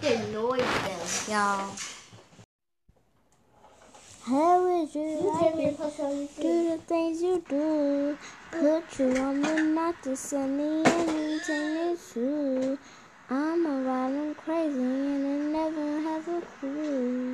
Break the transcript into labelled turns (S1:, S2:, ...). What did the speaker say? S1: The noise though.
S2: Yeah. How would you like it? Do the things you do. Put you on me, not to send me anything me through. I'm a wild and crazy and I never have a clue.